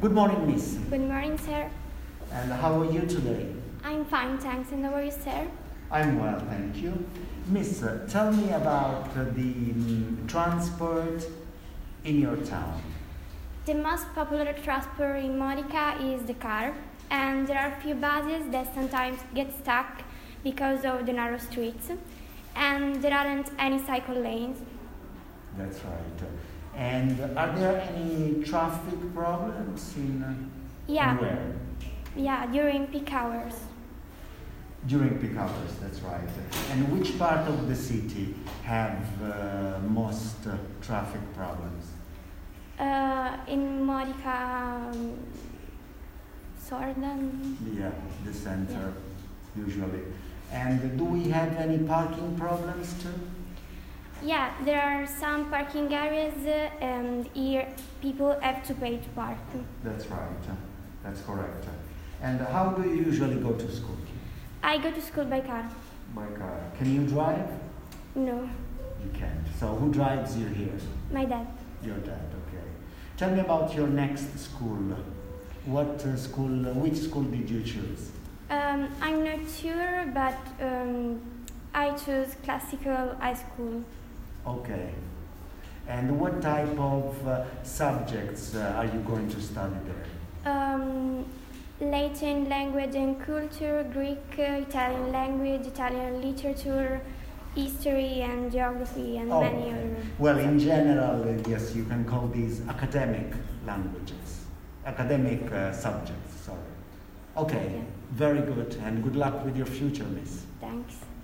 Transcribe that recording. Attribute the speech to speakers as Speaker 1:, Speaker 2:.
Speaker 1: Good morning, miss.
Speaker 2: Good morning, sir.
Speaker 1: And how are you today?
Speaker 2: I'm fine, thanks. And how are you, sir?
Speaker 1: I'm well, thank you. Miss, uh, tell me about uh, the mm, transport in your town.
Speaker 2: The most popular transport in Modica is the car, and there are few buses that sometimes get stuck because of the narrow streets, and there aren't any cycle lanes.
Speaker 1: That's right. And are there any traffic problems in uh,
Speaker 2: Yeah,
Speaker 1: where?
Speaker 2: yeah, during peak hours.
Speaker 1: During peak hours, that's right. And which part of the city have uh, most uh, traffic problems?
Speaker 2: Uh, in Modica, um, Sordan.
Speaker 1: Yeah, the center, usually. And do we have any parking problems too?
Speaker 2: Yeah, there are some parking areas, uh, and here people have to pay to park.
Speaker 1: That's right. That's correct. And how do you usually go to school?
Speaker 2: I go to school by car.
Speaker 1: By car. Can you drive?
Speaker 2: No,
Speaker 1: You can't. So who drives you here?
Speaker 2: my dad.
Speaker 1: Your dad, okay. Tell me about your next school. What uh, school, uh, which school did you choose?
Speaker 2: Um, I'm not sure, but um, I chose classical high school.
Speaker 1: Okay. And what type of uh, subjects uh, are you going to study there?
Speaker 2: Um, Latin language and culture, Greek, uh, Italian language, Italian literature, history and geography, and
Speaker 1: Oh,
Speaker 2: many
Speaker 1: okay.
Speaker 2: other.
Speaker 1: Well, in general, uh, yes, you can call these academic languages, academic uh, subjects, sorry. Okay,
Speaker 2: Yeah.
Speaker 1: very good, and good luck with your future, miss.
Speaker 2: Thanks.